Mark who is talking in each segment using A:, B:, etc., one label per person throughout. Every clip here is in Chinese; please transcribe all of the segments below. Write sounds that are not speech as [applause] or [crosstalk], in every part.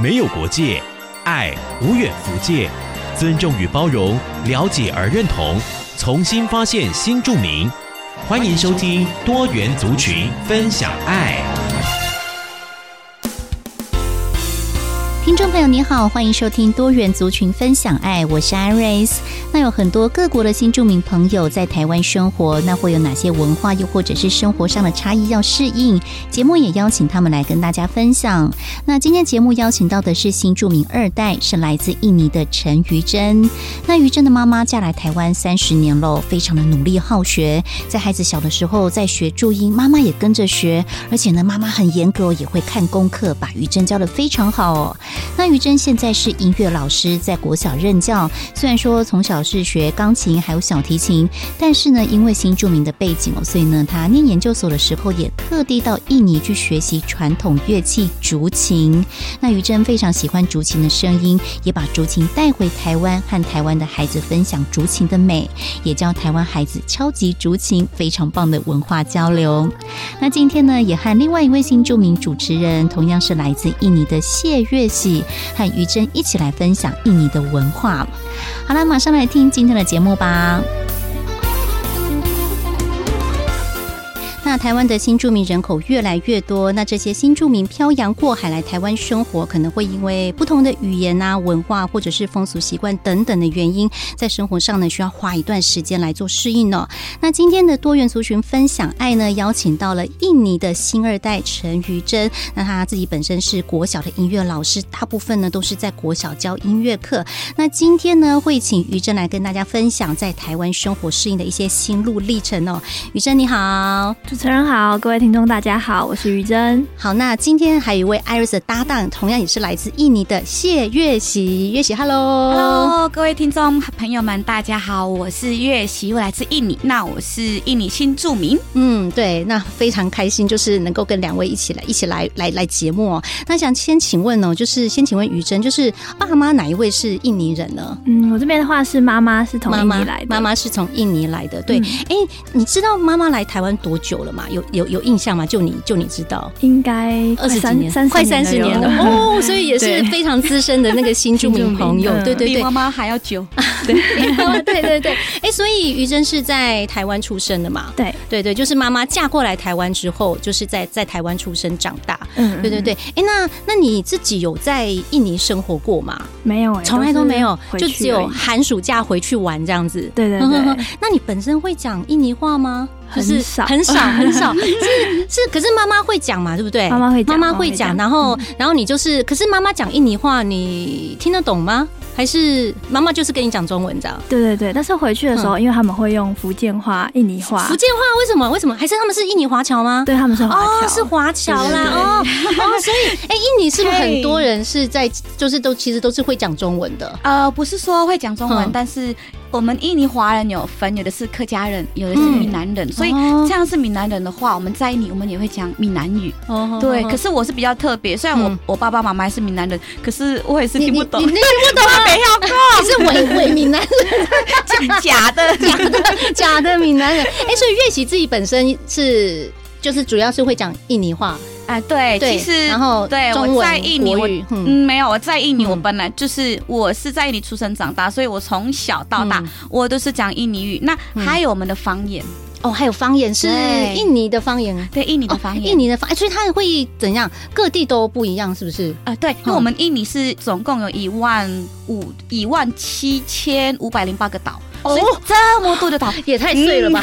A: 没有国界，爱无远弗届，尊重与包容，了解而认同，重新发现新著名。欢迎收听多元族群分享爱。
B: 听众朋友您好，欢迎收听多元族群分享爱，我是 Iris。那有很多各国的新住民朋友在台湾生活，那会有哪些文化又或者是生活上的差异要适应？节目也邀请他们来跟大家分享。那今天节目邀请到的是新住民二代，是来自印尼的陈于珍。那于珍的妈妈嫁来台湾三十年喽，非常的努力好学，在孩子小的时候在学注音，妈妈也跟着学，而且呢，妈妈很严格，也会看功课，把于珍教的非常好哦。那于珍现在是音乐老师，在国小任教。虽然说从小是学钢琴还有小提琴，但是呢，因为新著名的背景哦，所以呢，她念研究所的时候也特地到印尼去学习传统乐器竹琴。那于珍非常喜欢竹琴的声音，也把竹琴带回台湾，和台湾的孩子分享竹琴的美，也教台湾孩子敲击竹琴，非常棒的文化交流。那今天呢，也和另外一位新著名主持人，同样是来自印尼的谢月喜和于珍一起来分享印尼的文化。好了，马上来听今天的节目吧。那台湾的新住民人口越来越多，那这些新住民漂洋过海来台湾生活，可能会因为不同的语言啊、文化或者是风俗习惯等等的原因，在生活上呢需要花一段时间来做适应哦。那今天的多元族群分享爱呢，邀请到了印尼的新二代陈于珍，那他自己本身是国小的音乐老师，大部分呢都是在国小教音乐课。那今天呢，会请于珍来跟大家分享在台湾生活适应的一些心路历程哦。于珍你好，
C: 主持人好，各位听众大家好，我是于真。
B: 好，那今天还有一位 Iris 的搭档，同样也是来自印尼的谢月喜，月喜，Hello。
D: Hello，各位听众朋友们，大家好，我是月喜，我来自印尼，那我是印尼新住民。
B: 嗯，对，那非常开心，就是能够跟两位一起来一起来来来节目哦。那想先请问哦，就是先请问于真，就是爸妈哪一位是印尼人呢？
C: 嗯，我这边的话是妈妈是从
B: 妈
C: 印
B: 妈
C: 尼来的，嗯
B: 妈妈是从印尼来的，对。哎、你知道妈妈来台湾多久了吗？有有有印象吗？就你就你知道。
C: 应该
B: 二十几
C: 三
B: 年，
C: 三
B: 快三十年了
C: 了。
B: 哦，所以也是
C: 对
B: 非常资深的那个新著
C: 新住
B: 名
C: 民
B: 朋友，
C: 嗯
B: 对对
D: 比
B: 对
D: 妈，妈还要久，
B: 对对对，哎、所以于真是在台湾出生的嘛？
C: 对，
B: 对对，就是妈妈嫁过来台湾之后，就是在在台湾出生长大。
C: 嗯
B: 对对，对，哎、那那你自己有在印尼生活过吗？
C: 没有哎，
B: 从来都没有
C: 是，回
B: 就
C: 去
B: 只有
C: 而已
B: 寒暑假回去玩这样子。
C: 对对
B: 嗯哼
C: 对
B: 哼， [laughs] 那你本身会讲印尼话吗？就是
C: 很少
B: 很少，很
C: [laughs]
B: 少，是是，可是妈妈会讲嘛，对不对？
C: 妈妈会讲
B: 妈妈
C: 妈妈
B: 会
C: 会
B: 讲，
C: 讲嗯
B: 然后然后你就是，可是妈妈讲印尼话，你听得懂吗？还是妈妈就是跟你讲中文这样？
C: 对对对，但是回去的时候，因为他们会用福建话、印尼话
B: 嗯福，建话为什么？为什么？还是他们是印尼华侨吗？
C: 对他们是华
B: 哦
C: 侨，，
B: 是华侨
C: 对对
B: 啦，
C: 对
B: 哦哦，所以哎、印尼是不是很
D: 嘿
B: 多人是在，就是都其实都是会讲中文的？
D: [laughs] 呃，不是说会讲中文，
B: 嗯
D: 但是我们印尼华人有分，有的是客家人，有的是
B: 嗯
D: 闽南人，所以
B: 哦
D: 这样是闽南人的话，我们在印尼我们也会讲闽南语。
B: 哦，
D: 对，可
B: 是
D: 是我是比较特别，虽然我、
B: 嗯
D: 我爸爸妈妈是闽南人，可是我也是
B: 你
D: 听
B: 你
D: 不
B: 你
D: 懂
B: 你，
D: [laughs]
B: 听不懂啊？没有你是伪伪闽南
D: 讲假的。
B: 假的假的闽南人。哎、所以月喜自己本身是。就是主要是会讲印尼话，
D: 哎、对，
B: 对，
D: 其实
B: 然后
D: 对
B: 中文、
D: 我在印尼
B: 国
D: 我
B: 语，嗯，
D: 嗯，没有，我在印尼，
B: 嗯
D: 我本来就是我是在印尼出生长大，所以我从小到大、
B: 嗯
D: 我都是讲印尼语。那还有我们的方言，
B: 哦，还有方言是
D: 对
B: 印尼的方言，
D: 对印尼的方
B: 哦、
D: 言，
B: 印尼的方，哎所以它会怎样？各地都不一样，是不是？
D: 啊、对，
B: 嗯
D: 因为我们印尼是总共有一万五、一万七千五百零八个岛，所以这么多的岛。嗯
B: 也哦 [laughs] 太碎了吧！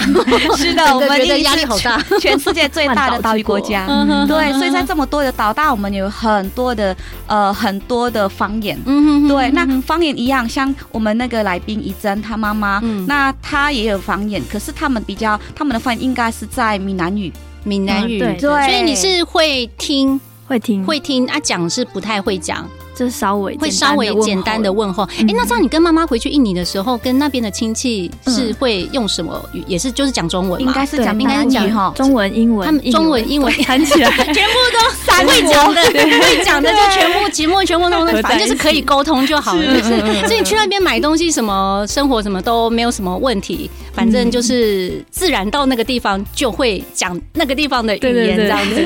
D: 是
B: 整 [laughs]
D: 的，
B: 个
D: 我们
B: 觉
D: 印
B: 得
D: 尼
B: 压力
D: 是
B: 好大，
D: 全全世界最
B: [laughs]
D: 大的岛屿国家。
C: 嗯
B: 嗯
D: 对，所以在这么多的岛，但我们有很多的呃很多的方言。
B: 嗯哼哼
D: 对，那
B: 嗯哼
D: 方言一样，像我们那个来宾怡珍，她妈妈，
B: 嗯
D: 那她也有方言，可是他们比较，他们的方言应该是在闽南语。
B: 闽南语，
C: 嗯对
B: 所以你是会听
C: 会听
B: 会听啊，讲是不太会讲，
C: 就是稍微
B: 会稍微简单的
C: 问
B: 问候。哎、
C: 嗯
B: 那这样你跟妈妈回去印尼的时候，跟那边的亲戚是
D: 嗯
B: 会用什么语？也是就是讲中文
D: 应
B: 嘛？
D: 该是
C: 对
D: 讲
B: 应 [laughs] 该是
D: 英
B: 讲
D: 语哈
C: 候，中文、英文、
B: 他们中文、
C: [laughs]
B: 英文
C: 谈起来
B: [laughs] 全部都散
C: [laughs]
B: 会讲的，会讲的就全部节目全部弄弄，
C: 合在一起
B: 反正就是可以沟通就好了。就是，
C: 嗯
B: 所以你去那边买东西，什么生活什么都没有什么问题，反正就是自然到那个地方就会讲那个地方的语
C: 对对
B: 言
C: 对
B: 这样子。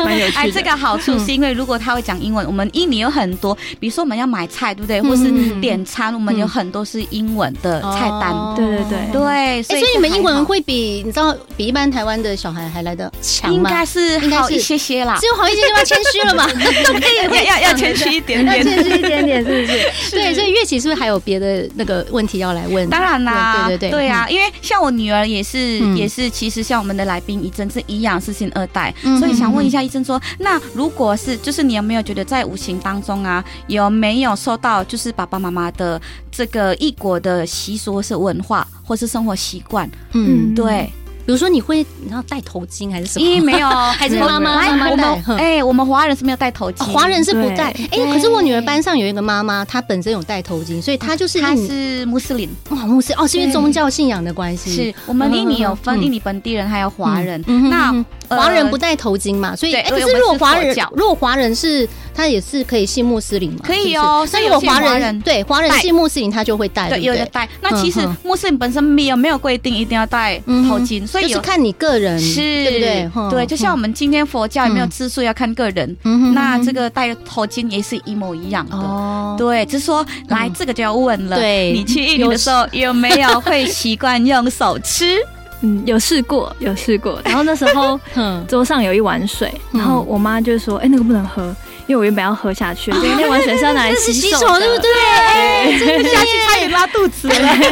C: [laughs] 蛮有趣
B: [laughs]
C: 的。
D: 哎，这个好处是因为如果他会讲英文，我们印尼有很多，比如说我们要买菜，对不对？或是
B: 嗯
D: 点餐，我们有很多是英文的菜单。
C: 对对对
B: 哎、
D: 对，
B: 所
D: 是
B: 以你们英
D: 还
B: 文
D: 好
B: 会比你知道比一般台湾的小孩还来的强
D: 应
B: 吗？
D: 该是
B: 应该
D: 好一
B: 是
D: 些些啦
B: 只，有好一些地方谦虚
D: [laughs]
B: 了嘛，
D: 要要要谦虚一点
B: 要
D: 点。
B: 谦虚一点
C: 点点是不是？
B: 对，所以月琪是不是还有别的那个问题要来问？
D: 当然啦，
B: 对对对
D: 对啊，因为像我女儿也是，
B: 嗯
D: 也是，其实像我们的来宾一真是一样是星二代，
B: 嗯
D: 所以想问一下医生说，那如果是就是你有没有觉得在五行当中啊，有没有受到就是爸爸妈妈的这个异国的习俗或是文化或是生活习惯？
B: 嗯
C: 嗯，
D: 对，
B: 比如说你会你要戴头巾还是什么？
D: 因为没有，
B: 嗯 [laughs] 还是
D: 我们
B: 妈妈
D: 来
B: 妈妈戴
D: 我们
B: 哼
D: 哎，我们华人是没有戴头
B: 哦
D: 巾，
B: 华人是不戴，哎、
D: 对
B: 可是我女儿班上有一个妈妈，她本身有戴头巾，所以她就是嗯
D: 他
B: 印
D: 是穆斯林，
B: 哇穆斯哦，是因为宗教信仰的关系
D: 是，我们印尼有
B: 嗯
D: 分印尼本地人还有华人，
B: 嗯哼
D: 那
B: 嗯
D: 呃
B: 华人不戴头巾嘛，所以
D: 对
B: 哎、
D: 对
B: 可
D: 我
B: 是
D: 们
B: 如果
D: 是
B: 华
D: 佛
B: 人
D: 教
B: 如果华人是她也是可以信穆斯林嘛，
D: 可以
B: 是
D: 哦
B: 不是
D: 所以
B: 那如果
D: 有些华
B: 人
D: 人
B: 对华人
D: 戴
B: 信穆斯林，她就会戴，
D: 对，
B: 不
D: 有的戴。那其实
B: 嗯哼
D: 穆斯林本身没有没有规定一定要戴
B: 嗯
D: 头巾，所以
B: 就是
D: 有
B: 看你个人，
D: 是，
B: 对不对？哼
D: 对，就像我们今天佛教有没有吃素要看个人，
B: 嗯哼
D: 那
B: 嗯哼
D: 这个戴头巾也是一模一样的。
B: 哦， [laughs]
D: 对，只是说来
B: 嗯
D: 这个就要问了，
B: 对
D: 你去印尼的时候有没有会习惯用手
B: [laughs]
D: 吃？
C: 嗯，有试过，有试过。然后那时候
B: 哼，
C: 桌上有一碗水，
B: 嗯
C: 然后我妈就说：“哎，那个不能喝，因为我原本要喝下去，就是那碗水是要拿来
B: 这哦是洗
C: 手
B: 手
C: 的，
B: 对不对？哎真的
D: 下去差点拉肚子了。 [laughs]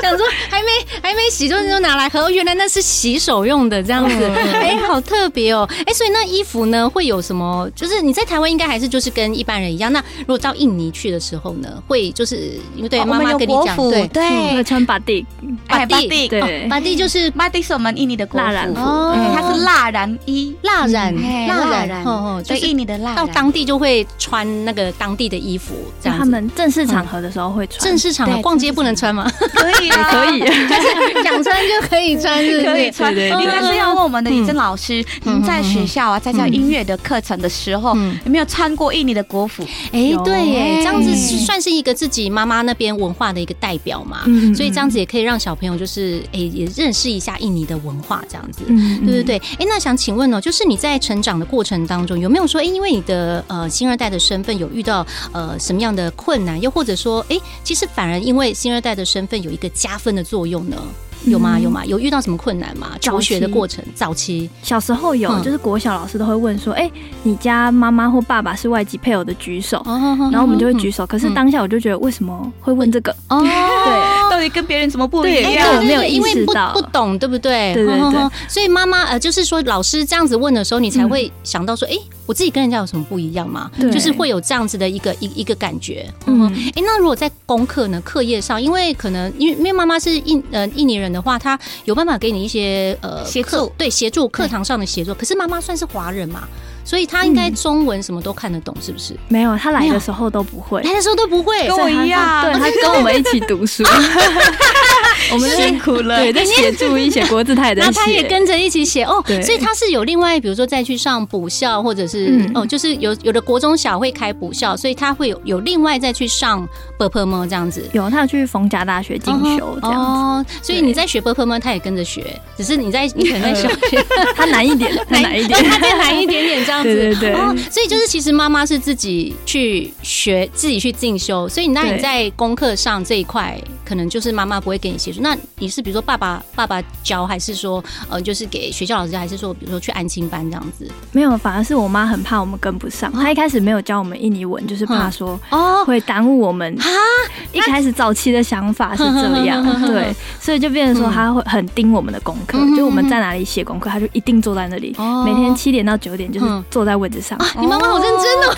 B: 想说还没还没洗，就就拿来喝，原来那是洗手用的这样子，
D: 嗯
B: [laughs] 哎、好特别哦，哎、所以那衣服呢会有什么？就是你在台湾应该还是就是跟一般人一样，那如果到印尼去的时候呢，会就是因为对
D: 哦
B: 妈
D: 我们
B: 妈
D: 有
B: 跟你
D: 国
B: 讲，
D: 服
B: 对，
D: 对嗯
C: 那个穿把地，
D: 哎，
B: 巴
D: 巴
B: 蒂
D: 蒂，
C: 对，
B: 巴蒂哦就是
D: 巴蒂是我们印尼的国服，
C: 蜡染
D: 嗯
B: 哦
D: 它是蜡染衣，
B: 蜡染，
D: 哎
B: 嗯蜡染，
D: 染，
B: 哦哦，就
D: 对，
B: 是
D: 印尼的蜡染。
B: 到当地就会穿那个当地的衣服，这
C: 就
B: 样
C: 他
B: 子。嗯
C: 们正式场合的时候会穿，
B: 正式场合
D: 对
B: 逛街不能穿吗？
D: 可以
B: [laughs]
D: 啊，
C: 可以。
B: 就是想穿就可以穿，是不是
D: 可以穿，
C: 对对对
D: 应该哦是要问我们的李正老师，
B: 嗯
D: 您在学校啊，在教音乐的课程的时候
B: 嗯，
D: 有没有穿过印尼的国服？
B: 哎、
C: 有
B: 对耶，
D: 哎
B: 这样子是算是一个自己妈妈那边文化的一个代表嘛，
C: 嗯
B: 所以这样子也可以让小朋友就是哎、也认识一下印尼的文化这样子。
C: 嗯，
B: 对对对，哎、那想请问哦，就是你在成长的过程当中，有没有说，哎、因为你的呃星二代的身份有遇到呃什么样的困难，又或者说，哎、其实反而因为星二代的身份有一个加分的作用呢？有吗？
C: 嗯
B: 有吗？有遇到什么困难吗？
C: 早
B: 求学的
C: 期
B: 过程，早期，
C: 小时候有，
B: 嗯
C: 就是国小老师都会问说：“哎、你家妈妈或爸爸是外籍配偶的，举手。
B: 哦，然
C: 然后我们就会举手。可是当下我就觉得，为什么会问这个？ [laughs]
B: 哦，
C: 对
D: 到底跟别人怎么不一
C: 对
B: 哎
C: 因为
B: 对
C: 我
D: 样？
B: 对
C: 没有
B: 对
C: 意
B: 因为
C: 识
B: 不
C: 到
B: 不懂，对不对？
C: 对对
B: 哼哼
C: 对
B: 哼所以妈妈呃，就是说老师这样子问的时候，你才
C: 嗯
B: 会想到说，哎、我自己跟人家有什么不一样嘛？
C: 对
B: 就是会有这样子的一个一一个感觉。嗯哼
C: 嗯，
B: 哎、那如果在功课呢，课业上，因为可能因为因为妈妈是印呃印尼人的话，她有办法给你一些呃
D: 协
B: 课
D: 助
B: 对协助课堂上的协助。可是妈妈算是华人嘛，所以她应该
C: 嗯
B: 中文什么都看得懂，是不是？
C: 没有，他来的时候都不嗯会。
B: 来的时候都不会，
D: 跟我一样
C: 对他跟我们一起
B: [laughs]
C: 读书， [laughs] 我们辛苦了。对，在写注音、写国字，他也在
B: 那
C: 写。
B: 他也跟着一起写哦，
C: 对
B: 所以他是有另外，比如说再去上补校，或者是、
C: 嗯
B: 哦，就是有有的国中小会开补校，所以他会有有另外再去上 b p m 这样子
C: 有，他有去逢甲大学进修这样子，
B: 哦，所以你在学 b p m 他也跟着学，只是你在你可能在
C: [laughs]
B: 小学
C: 他难一点，他难一点，
B: 哦他再
C: [laughs]
B: 难一点点这样子。
C: 对对对
B: 哦，所以就是其实妈妈是自己去学，自己去进修，所以那你
C: 对
B: 在功课上这一块，可能就是妈妈不会给你协助。那你是比如说爸爸爸爸教，还是说呃就是给学校老师，还是说比如说去安亲班这样子？
C: 没有，反而是我妈很怕我们跟不上。她一开始没有教我们印尼文，就是怕说
B: 嗯哦，
C: 会耽误我们
B: 啊
C: [laughs] 一开始早期的想法
B: 嗯
C: 是这样
B: 哼哼哼，哼
C: 对，所以就变成说
B: 嗯
C: 他会很盯我们的功课
B: 嗯哼，
C: 就我们在哪里写功课，他就一定坐在那里
B: 哦，
C: 每天七点到九点就是
B: 嗯
C: 坐在位置上
B: 你妈妈好认真 [laughs] 哦，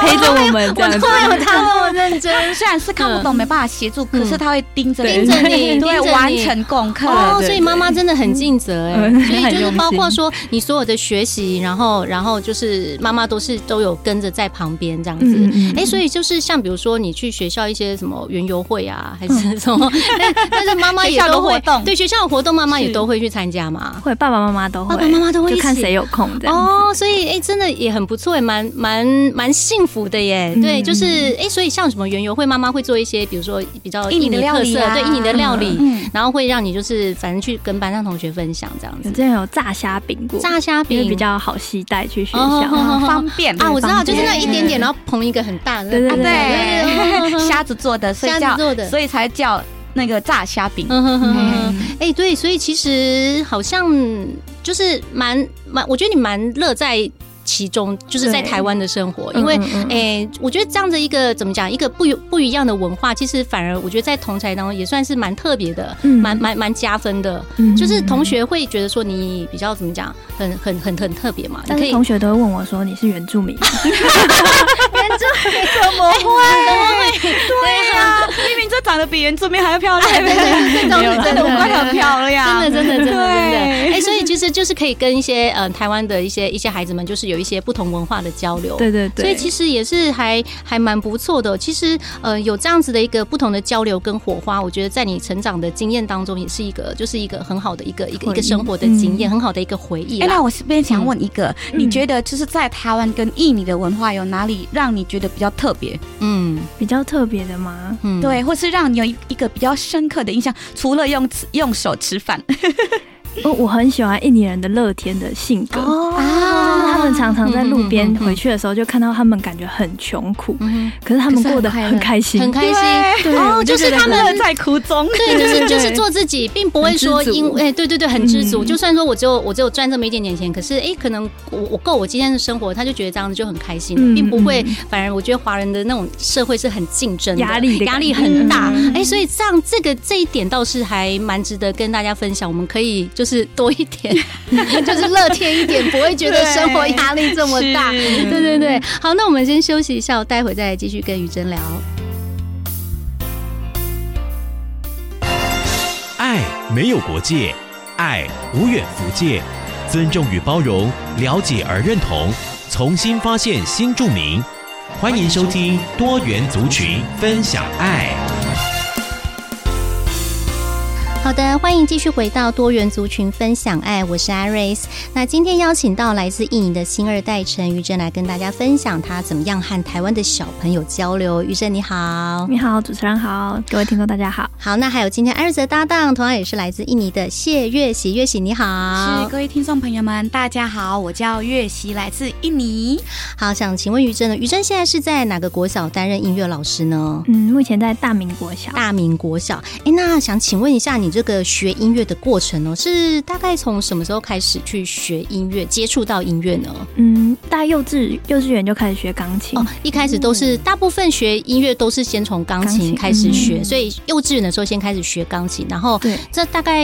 C: 陪着我们这样子。
D: [laughs]
B: 她那么认真。
C: [laughs]
D: 虽然是看不懂，没办法协助，可是他他会盯着
C: 盯着
B: 你
D: 嗯对
B: 盯着，你
D: 完成功课。
B: 哦，
C: 对
B: 所以妈妈真的很尽责哎、
C: [laughs] 嗯
B: 所以
C: 很
B: 就是
C: 用心
B: 包括说你所有的学习，然后然后就是妈妈都是都有跟着在旁边这样子。
C: 嗯
B: 哎、所以就是像比如说你去学校一些什么园游会啊，还是什么，
C: 嗯
B: [laughs] 但但是妈妈也
D: 学校的
B: 都会
D: 活动
B: 对学校的活动，妈妈也
C: 是
B: 都会去参加嘛。
C: 会爸爸妈妈都会，
B: 爸爸妈妈都会一
C: 就
B: 起
C: 看谁有空这样。
B: 哦，所以哎、真的也很不错，蛮蛮蛮幸福的耶。
C: 嗯
B: 对，就是哎、所以像什么园游会，妈妈会做一些，比如说比较
D: 印尼的料
B: 特
D: 理
B: 色，
D: 啊
B: 对印尼的料理，
D: 嗯，
B: 然后会让你就是反正去跟班上同学分享这样
C: 有
B: 子。
C: 之前有炸虾饼过，
B: 炸虾
C: 嗯因为
B: 饼
C: 比较好携带去学
B: 哦哦
C: 校。
D: 嗯方便
B: 啊，我知道，
C: 方
B: 就
C: 便嗯
B: 是那一点点，然后捧一个很大的，
C: 对对
D: 啊
C: 对
D: 对， [laughs] 虾子做的，所以
B: 虾
D: 叫
B: 子做的
D: 所以才叫那个炸虾饼。
B: 嗯哼哼哼哼
C: 嗯，
B: 哎、对，所以其实好像就是蛮蛮，我觉得你蛮乐在其中，就是在
C: 对
B: 台湾的生活，因为
C: 嗯嗯嗯
B: 哎、我觉得这样的一个怎么讲，一个不一不一样的文化，其实反而我觉得在同才当中也算是蛮特别的，
C: 嗯
B: 蛮蛮蛮加分的。
C: 嗯
B: 就是同学会觉得说你比较怎么讲，很很很很特别嘛，你
C: 但
B: 可
C: 是
B: 以
C: 同学都会问我说：“你是原住民吗
B: [laughs]
D: 怎么
B: 哦
D: 会？对呀，明明就长得比原住民还要漂 [laughs] 亮，
B: 这种是真
D: [laughs] 真
B: 的 [laughs]
D: 的，我们很漂亮，
B: 真的，真的，真的，真的，
D: 对
B: 哎、所以其实就是可以跟一些呃台湾的一些一些孩子们，就是有一些不同文化的交流。？”
C: 对对对，
B: 所以其实也是还还蛮不错的。其实呃，有这样子的一个不同的交流跟火花，我觉得在你成长的经验当中，也是一个就是一个很好的一个一个
C: 回
B: 一
C: 忆
B: 个生活的经验，很好的一个回忆
D: 哎、
B: 啦。
D: 那我这边想问一个，
C: 嗯
D: 你觉得就是在台湾跟印尼的文化有哪里让你觉得比较特别？
B: 嗯
C: 比较特别的嘛，
B: 嗯，
D: 对，或是让你有一一个比较深刻的印象？除了用吃用手吃
B: [laughs]
D: 饭
C: 哦我我很喜欢印尼人的乐天的性格。就是他们常常在路边
B: 哦嗯嗯嗯嗯
C: 回去的时候，就看到他们感觉很穷苦，
B: 嗯
C: 可是他们
D: 可是很
C: 过得
D: 快乐
C: 很开
B: 哼，
C: 心，
B: 很开心。
D: 对
B: 哦，
C: 我
B: 就
C: 就是觉得
B: 他们
D: 乐在苦中，
B: [laughs] 对，就是就是
C: [laughs] 对
B: 做自己，并不会
C: 很知
B: 说因
C: 足
B: 为哎，对对对，很知足。
C: 嗯
B: 就算说我只有我只有赚这么一点点钱，可是哎，可能我我够我今天的生活，他就觉得这样子就很开心了，
C: 嗯
B: 并不会
C: 嗯。
B: 反而我觉得华人的那种社会是很竞争的
C: 压力的感觉
B: 压力很大。
C: 嗯
B: 哎，所以这样这个这一点倒是还蛮值得跟大家分享。我们可以就是多一点，就是乐天一点，不会觉得生活压力这么大。
D: 是
B: 对对对，好，那我们先休息一下，我待会再来继续跟于真聊。
A: 爱没有国界，爱无远弗届，尊重与包容，了解而认同，重新发现新著名。欢迎收听多元族群分享爱。
B: 好的，欢迎继续回到多元族群分享爱，我是 Iris。那今天邀请到来自印尼的新二代陈于真来跟大家分享他怎么样和台湾的小朋友交流。于真你好，
C: 你好，主持人好，各位听众大家好。
B: 好，那还有今天 Iris 的搭档，同样也是来自印尼的谢月喜，月喜你
D: 是
B: 好，
D: 各位听众朋友们，大家好，我叫月熙，来自印尼。
B: 好，想请问于真呢？于真现在是在哪个国小担任音乐老师呢？
C: 嗯，目前在大明国小，
B: 大明国小，哎，那想请问一下，你这个学音乐的过程哦，是大概从什么时候开始去学音乐，接触到音乐呢？
C: 嗯，大幼稚幼稚园就开始学钢琴
B: 哦，，一开始都是、大部分学音乐都是先从钢
C: 嗯钢
B: 琴
C: 琴
B: 开始学，
D: 嗯
B: 所以幼稚园的时候先开始学钢琴，然后
C: 对
B: 这大概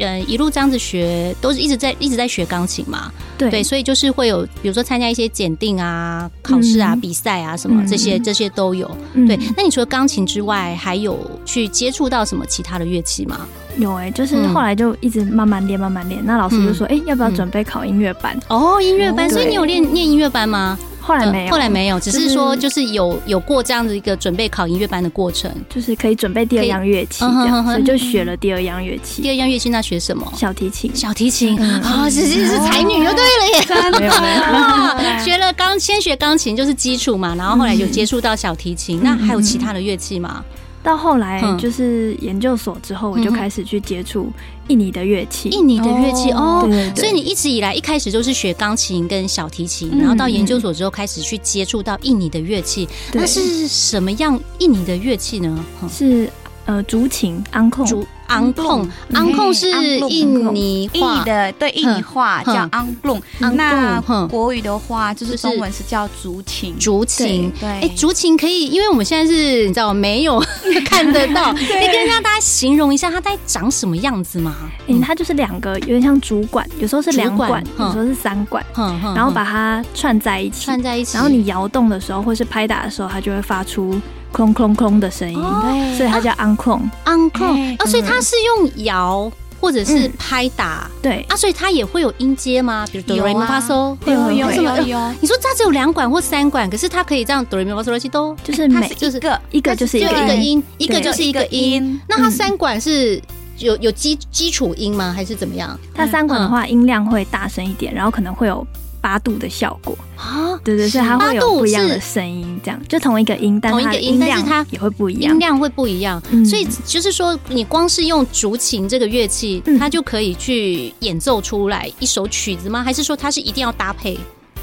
B: 呃一路这样子学，都是一直在一直在学钢琴嘛。
C: 对
B: 对，所以就是会有比如说参加一些检定啊、考试啊、
C: 嗯
B: 比赛啊什么、
C: 嗯
B: 这些这些都有。
C: 嗯
B: 对，那你除了钢琴之外，还有去接触到什么其他的乐器吗？
C: 有哎、就是
B: 嗯
C: 后来就一直慢慢练，慢慢练。那老师就说，哎、要不要准备考音乐班？
B: 哦，音乐班，
C: 哦
B: 所以你有练念音乐班吗？
C: 后来没有，
B: 后来没有，只
C: 就是是
B: 说就是有有过这样的一个准备考音乐班的过程。
C: 就是可以准备第二样乐器
B: 可以嗯哼
C: 这
B: 哼
C: 样，
B: 哼
C: 所以就学了第二样乐
B: 第
C: 器，
B: 二样乐器那学什么？
C: 小提琴。
B: 小提琴
C: 嗯哦
B: 啊，是是是才女就对了耶。
C: 没有没有
B: 啊 [laughs] 学了钢，先学钢琴就是基础嘛，然后后来有接触到小提琴，那还有其他的乐器吗？
C: 到后来
B: 嗯
C: 就是研究所之后，我就
B: 嗯哼
C: 开始去接触印尼的乐器。
B: 印尼的乐器哦
C: 对。对对，
B: 所以你一直以来一开始就是学钢琴跟小提琴，
C: 嗯
B: 然后到研究所之后开始去接触到印尼的乐器，
C: 对
B: 那是什么样印尼的乐器呢？哼
C: 是呃竹琴、安控，
B: 竹昂哦控，
D: 嗯
B: 昂控是
D: 昂控
B: 印尼
D: 印尼
B: 话
D: 的对印尼话
B: 哼
D: 叫 ang b l u
B: 昂
D: n 那
B: 控哼
D: 国语的话就
B: 就是是
D: 中文是叫竹琴。
B: 竹琴。
D: 对，
B: 哎，竹琴可以，因为我们现在是你知道没有 [laughs] 看得 [laughs] 到，可以跟大家形容一下它大概长什么样子吗？
C: 诶它就是两个有点像竹管，有时候是两管，
B: 嗯竹管嗯
C: 有时候是三管，
B: [laughs] 哼哼
C: 然后把它串在一起
B: 串。在一起，
C: 然后你摇动的时候，或是拍打的时候，它就会发出空空空的声音，
B: 哦
D: 对
C: 所以它叫 on 空。
B: uncle
D: 哎
B: 啊，所以它是用摇或者是
C: 嗯
B: 拍打
C: 对，
B: 啊，所以它也会有音阶吗？比如哆
D: 有
B: 来咪发
D: 啊
B: 嗦，
C: 会会
D: 有
C: 会
B: 什么
D: 有有，
B: 你说它只有两管或三管，可是它可以这样哆来咪发嗦来西哆，
C: 就是
D: 它
C: 每
D: 是
B: [laughs] 就是
D: 一个
C: 一个就是
B: 就
C: 一
B: 一
C: 个
B: 个
C: 音，
B: 音，一个
C: 对
B: 就是一个音。，那它
C: 嗯
B: 三管是有有基基础音吗？还是怎么样
C: 它三管的
B: 嗯
C: 话音量会大声一点，然后可能会有八度的效果。
B: 啊？
C: 对对，所以它会
B: 八
C: 有
B: 度
C: 不一样
B: 是
C: 的声音，这样就同一个音，但
B: 同一
C: 它
B: 个
C: 的
B: 音
C: 音
B: 但是
C: 量
B: 它
C: 也会不一样
B: 音。量会不一样，
C: 嗯
B: 所以就是说，你光是用竹琴这个乐器，
C: 嗯
B: 它就可以去演奏出来一首曲子吗？还是说它是一定要搭配？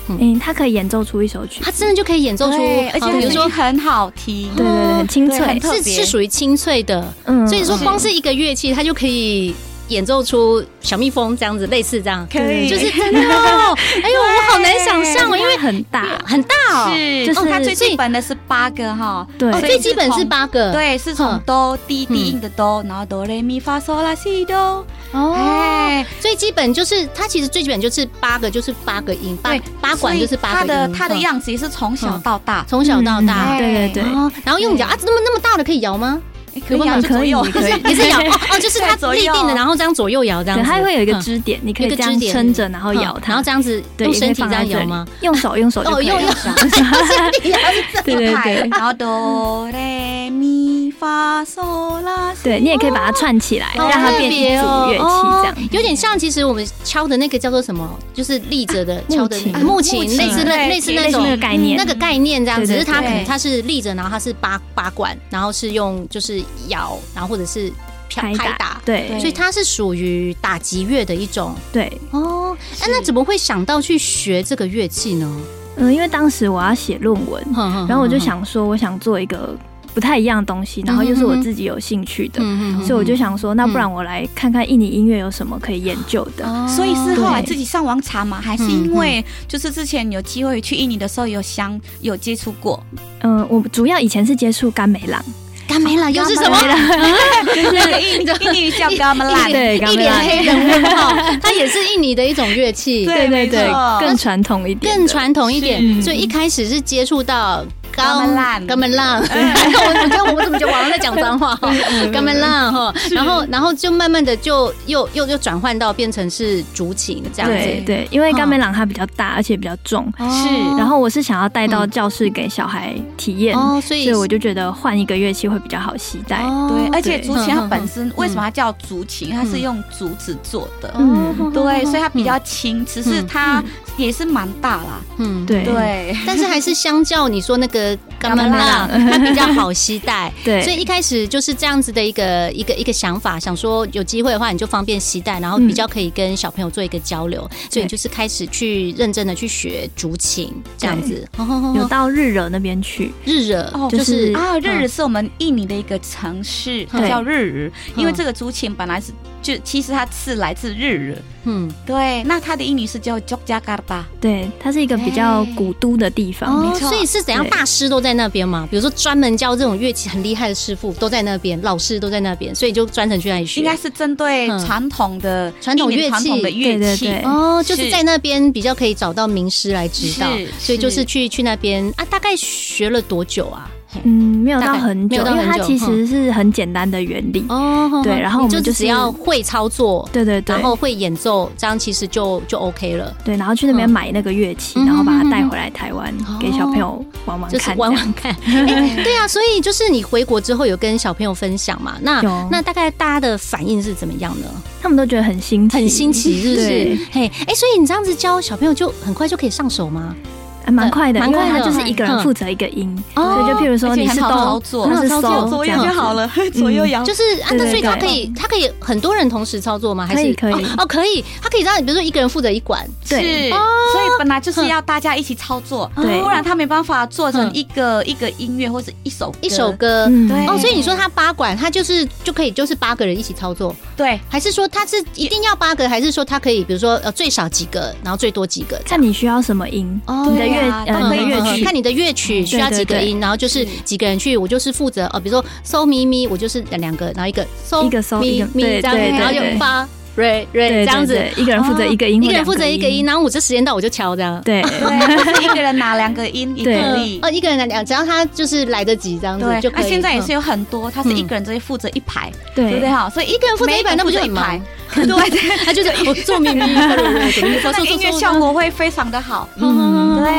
C: 嗯，它可以演奏出一首曲
B: 它，真的就可以演奏出
D: 对，，而
B: 呃
D: 且
B: 比如说
D: 很好听，
C: 对对对，
B: 哦嗯
C: 很清
D: 对
C: 脆
D: 很。特
B: 是
D: 别
B: 是属于清脆的，
C: 嗯，
B: 所以说
D: 是
B: 光是一个乐器，它就可以演奏出小蜜蜂这样子，类似这样，
D: 可以，
B: 就是真的哦。哎呦，我好难想象哦，因
C: 因
B: 为
C: 为很大，
B: 很大哦。
D: 是，
C: 就是
D: 哦，它最
B: 所以
D: 基本的是八个哈，
C: 对
B: 哦，
D: 所以
B: 最基本是
D: 从。
B: 八个，嗯
D: 对，是从
B: 哼
D: 哆低低音的哆，然后哆来咪发嗦啦西哆，
B: 哦，
D: 哎，
B: 最基本就是它其实最基本就是八个，就是八个音，八
D: 对
B: 八管就是八
D: 它
B: 个
D: 的
B: 音，
D: 它的
B: 嗯
D: 样子也是从小
B: 嗯
D: 到大，
B: 从小到大。
C: 嗯对对对，
B: 哦，然后用摇啊，这么那么大的可以摇吗？
D: 哎可以啊，
C: 有
D: 就左
C: 可以
D: 右
C: 可以
B: [laughs] 也
C: [laughs]
B: 是摇哦哦，就是它
D: 对左
B: 立
D: 右
B: 定的，然后这样左右摇这样
C: 对，
B: 子。
C: 它会有一个
B: 嗯
C: 支点，你可
B: 一
C: 以
B: 个
C: 这
B: 支
C: 样
B: 点
C: 撑着，然后
B: 嗯
C: 摇它，
B: 然后这样子
C: 对，
B: 用
C: 也可以
B: 身体
C: 放
B: 这
C: 在
B: 样摇
C: 里 [laughs]
B: 吗？？ [laughs]
C: 用手用手就
B: 哦，
C: 可以
B: 用用
C: 了。
B: 手，用力摇是这样
C: [laughs] 对对 [laughs] 对
D: 然后哆来咪发嗦啦西，
C: 对你也可以把它串起来，
B: 好
C: 让它
B: 特
C: 变
B: 别
C: 一组
B: 哦
C: 乐器这样。
B: 有点像，其实我们敲的那个叫做什么，就是立着的
C: 木
B: 敲的那个
C: 琴
B: 木琴，
D: 木琴
B: 啊类似那
D: 对
B: 类似那
C: 类似
B: 种嗯
C: 那个概念
B: 那个概念这样，
C: 对对
B: 只是它可
D: 对
B: 能它是立着，然后它是八八管，然后是用就是摇，然后或者是啪
C: 拍
B: 拍
C: 打
B: 打，，
C: 对
D: 对
B: 所以它是属于打击乐的一种
C: 对，
B: 哦。哎，那怎么会想到去学这个乐器呢？
C: 嗯，因为当时我要写论文，
B: 然
C: 然后我就，想说，我想做一个不太一样的东西，然后又是我自己有兴趣的，
B: 嗯
C: 所以我就想说，那不然我来看看印尼音乐有什么可以研究的。
B: 哦嗯
D: 所以是后来
C: 对
D: 自己上网查嘛，还是因为就是之前有机会去印尼的时候有相有接触
B: [laughs]
D: 过，
C: 嗯、我主要以前是接触甘美朗，
B: 干没了，又是什么？
D: 那个印印尼语叫 g a m
B: 一
D: a
C: 对
B: 脸一脸黑人问号，它也是印尼的一种乐器，
D: 对
C: 对
D: 没
C: 对
D: 错，
C: 更传统一点，
B: 更。传统一点，
C: 是
B: 所以一开始是接触到
D: 高门浪
B: 高门浪， [laughs] 我我觉得我们怎么就网上在讲脏话，高门浪哈，然后然后就慢慢的就又又又转换到变成是竹琴这样
C: 对
B: 子，
C: 对，因为甘美朗它比较大，而且比较重，
B: 是
C: 然后我是想要带到
B: 嗯
C: 教室给小孩体验，
B: 哦，所以
C: 所以我就觉得换一个乐器会比较好携带。
B: 哦
D: 对，哎而且
C: 对
D: 竹琴它本身
B: 嗯
D: 为
B: 哦
D: 什么它叫竹琴？它是用竹子做的，
C: 嗯
D: 对，所以它比较轻，只是
B: 嗯
D: 它也是蛮大啦，
B: 嗯。
C: 对
D: 对，
B: 但是还是相较你说那个干嘛啦，它比较好携带。
C: 对
B: 所以一开始就是这样子的一个一个一个想法，想说有机会的话你就方便携带，然后比较可以跟小朋友做一个交流，所以你就是开始去认真的去学竹琴这样子。哦哦
C: 有
B: 哦
C: 到日惹那边去，
B: 日惹
D: 哦
B: 就是
C: 就是
D: 啊，日
B: 嗯
D: 日是我们印尼的一个城市，它
C: 对
D: 叫日日，因为
B: 嗯
D: 这个竹琴本来是就其实它是来自日日，
B: 嗯
D: 对，那它的英语是叫 Yogyakarta，
C: 对，它是一个比较
D: 哎
C: 古都的地方，
B: 哦，
D: 没错
B: 所以是怎样
C: 啊对
B: 大师都在那边嘛？比如说专门教这种乐器很厉害的师傅都在那边，老师都在那边，所以就专程去那里学。
D: 应该是针对
B: 嗯
D: 传统的
B: 传统
D: 印尼
B: 乐器
D: 传统的
C: 对对
D: 乐器
C: 对。
B: 哦，就是
D: 是
B: 在那边比较可以找到名师来指导，
D: 是
B: 所以就是
D: 是
B: 去去那边啊，大概学了多久啊？嘿
C: 嗯，没有
B: 大
C: 到
B: 概
C: 很
B: 没有
C: 久，
B: 到
C: 因为
B: 很
C: 它
B: 久
C: 其实是很简单的原理。
B: 哦
C: 对然后我
B: 你
C: 们
B: 就
C: 就是
B: 只要会操作，
C: 对对对，
B: 然后会演奏，这样其实就就 OK 了，
C: 对，然后去那边买那个乐器，
B: 嗯
C: 然后把它带回来台湾
B: 哦
C: 给小朋友玩玩
B: 就是
C: 看，
B: 玩玩
C: [laughs]
B: 看。哎对啊，所以就是你回国之后有跟小朋友分享嘛？那
C: 有
B: 那大概大家的反应是怎么样呢？
C: 他们都觉得很新奇，
B: 很新奇，是不
C: 对
B: 是？嘿，哎，所以你这样子教小朋友就很快就可以上手吗？
C: 还哎蛮快的，
B: 蛮
C: 因为
B: 快
C: 它
B: 的
C: 就是一个人
B: 嗯
C: 负责一个音，
B: 哦
C: 所以就譬如说
D: 而且
C: 你是
D: 很
C: 哆
D: 好操，作
C: 它是
B: 很好操
C: 嗦，
B: 作
D: 左
C: 这
D: 右
C: 样
D: 就
C: 子
D: 好了，左右摇。
B: 就是啊，
C: 哦对
B: 那
C: 对
B: 所以他可
C: 对
B: 以，他可以很多人同时操作吗？还
C: 可
B: 是
C: 以可以
B: 哦哦，可以，他可以让，比如说一个人负责一管，
C: 对
D: 是，所以本来就是要大家一起操作，
C: 对
D: 不然他没办法做成
B: 嗯
D: 一个一个音乐或是一首歌
B: 一首。歌。
C: 嗯
D: 对
B: 哦，所以你说他八管，他就是就可以就是八个人一起操作，
D: 对，
B: 还是说他是一定要八个，还是说他可以比如说呃最少几个，然后最多几个？
C: 看你需要什么音，
B: 哦
C: 你的乐
D: 对啊
C: 呃
D: 都
C: 你
D: 可
C: 的
D: 以
C: 乐曲
B: 看你的乐曲需要几个
C: 嗯对对
B: 音，然后就是
D: 是
B: 几个人去，我就是负责哦，比如说搜咪咪，我就是两个，然后一个搜
C: 一个搜
B: 咪
C: 一个
B: 咪
C: 对
B: 这样，
C: 对对
B: 然后
C: 对
B: 就发
E: 瑞瑞
C: 对
E: 这样子，哦
C: 对对一个人负责一个音，
B: 哦
E: 一
C: 或
E: 个人负责
C: 两
E: 一个音，，然后我这时间到我就敲这样。
C: 对，
D: 对，就是一个人拿两个音，一
C: 对
D: 个
E: 嗯
D: 力。
E: 哦，一个人来两，只要他就是来得及这样子
D: 对
E: 就，
D: 那
E: 可
C: 啊
E: 以。
D: 现在也是
E: 嗯
D: 有很多，他是一个人直接负责一排，对
C: 嗯
D: 不
C: 对
D: 对哈？所以一
E: 一个人负责一百，那不就很忙
D: 排？？ [laughs]
E: 对
B: [laughs]
E: 对，他就是我做
C: [laughs]
E: 命运，
D: 那
E: 那
D: 个音乐效果会非常的好。
E: 嗯，
D: 对，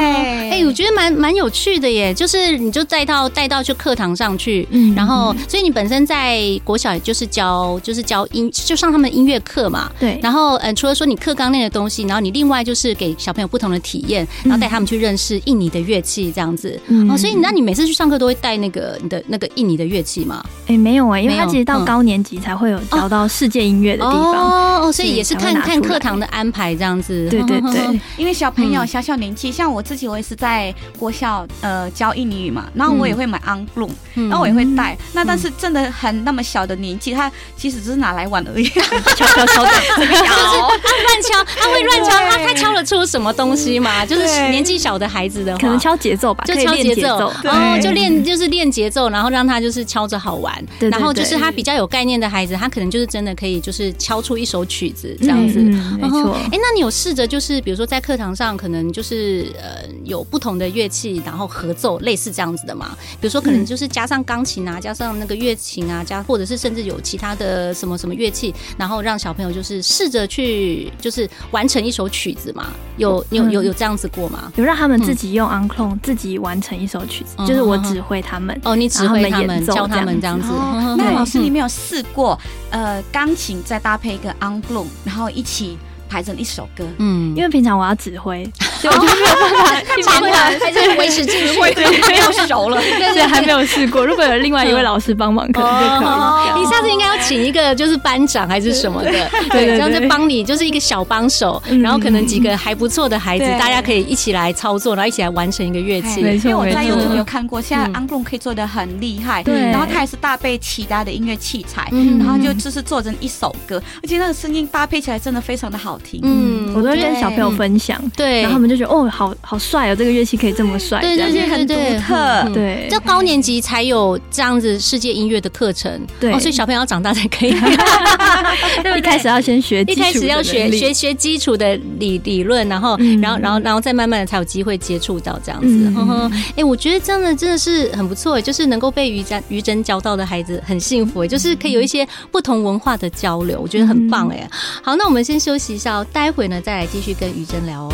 E: 哎、我觉得蛮蛮有趣的耶，就是你就带到带到去课堂上去，
C: 嗯
E: 然后所以你本身在国小也就是教就是教音，就上他们的音乐课嘛。
C: 对，
E: 然后，嗯，除了说你课纲内的东西，然后你另外就是给小朋友不同的体验，然后带他们去认识印尼的乐器这样子。
C: 嗯
E: 哦，所以那你每次去上课都会带那个你的那个印尼的乐器吗？
C: 哎没有啊，因为
E: 没
C: 他
E: 有
C: 其实到
E: 嗯
C: 高年级才会有教到世界音乐的地方，
E: 哦哦，所以也是
C: 对才
E: 看
C: 会拿
E: 看
C: 出来
E: 课堂的安排这样子。哦
C: 对对对，
D: 因为小朋友
E: 嗯
D: 小小年纪，像我自己，我也是在国校呃教印尼语嘛，然后我也会买 ang l u n
E: 嗯
D: 然后我也会带。那但是真的很那么小的年纪，他其实只是拿来玩 [laughs] 而已。
C: 敲敲敲的，
D: 哦 [laughs]
E: 乱敲，他会乱敲，
D: 对
E: 他他敲得出什么东西吗？就是
D: 对
E: 年纪小的孩子的话，
C: 可能敲节奏吧，
E: 就
C: 可以
E: 敲节
C: 练奏
E: 奏，，哦，就练就是练节奏，然后让他就是敲着好玩。
C: 对对
E: 然后就是
C: 对
E: 他比较有概念的孩子，他可能就是真的可以就是敲出一首曲子这样子。
C: 嗯嗯没错
E: 哦，哎，那你有试着就是比如说在课堂上，可能就是呃有不同的乐器，然后合奏类似这样子的嘛？比如说可能
C: 嗯
E: 就是加上钢琴啊，加上那个乐琴啊，加或者是甚至有其他的什么什么乐器，然后让小朋友就是试着去就是完成一首曲子嘛？有你
C: 嗯
E: 有有有这样子过吗？
C: 有让他们自己用 unclone 自己完成一首曲子，
E: 嗯
C: 就是我
E: 嗯嗯
C: 指挥他们。
E: 哦，你指
C: 然后
E: 挥
C: 他们
E: 他
C: 演
E: 们，
C: 奏
E: 教他们
C: 这
E: 这
C: 样
E: 样子。
D: 哦
E: 嗯
D: 那
E: 嗯
D: 老师，
E: 嗯
D: 你没有试过呃钢琴再搭配一个 ang l u n 然后一起排成一首 [laughs] 歌？
E: 嗯哦
C: 因为平常我要指挥，所以我就
E: [laughs] 常会还是维持智慧，
D: 没有熟了。
C: 所以还没有试过。如果有另外一位老师帮忙，可
E: 哦
C: 能就可以。
E: 你下次应该要请一个就是班长还是什么的，
C: 对
E: 对，这
C: 对
E: 样就帮你就是一个小帮手，
C: 嗯
E: 然后可能几个还不错的孩子，
D: 对
E: 大家可以一起来操作，然后一起来完成一个乐器。
C: 没错
D: 因为我在
C: 没错
D: YouTube 有看过，现在
E: 嗯
D: a n g l o n 可以做的很厉害，
C: 对
D: 然后它也是搭配其他的音乐器材，
E: 嗯
D: 然后就就是做成一首歌，而且那个声音搭配起来真的非常的好听。
E: 嗯
C: 我都会
E: 觉得
C: 跟小朋友分享，
E: 对，
C: 然后他们就觉得哦，好好帅哦，这个乐器可以这么帅，
E: 对
C: 这样
E: 对
D: 而且
E: 对对
D: 很独
E: 对，
D: 特
E: 嗯。
C: 对
E: 就 [laughs] 高年级才有这样子世界音乐的课程，
C: 对
E: 哦所以小朋友要长大才可以。
C: 一开始要先学基
E: 一
C: 础的能
E: 开
C: 力，
E: 始要学学学基础的理理论，然后、
C: 嗯
E: 然后然后然后再慢慢的才有机会接触到这样子。
C: 嗯
E: 嗯哼，哎、我觉得真的真的是很不错，就是能够被于珍于珍教到的孩子很幸福，
C: 嗯
E: 就是可以有一些不同文化的交流，我觉得很棒哎。
C: 嗯
E: 好，那我们先休息一下哦，待会呢再来继续跟于珍聊哦。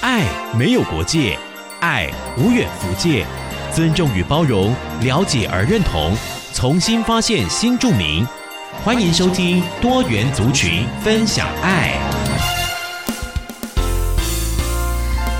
A: 爱没有国界，爱无远弗届，尊重与包容，了解而认同，重新发现新著名。欢迎收听多元族群分享爱。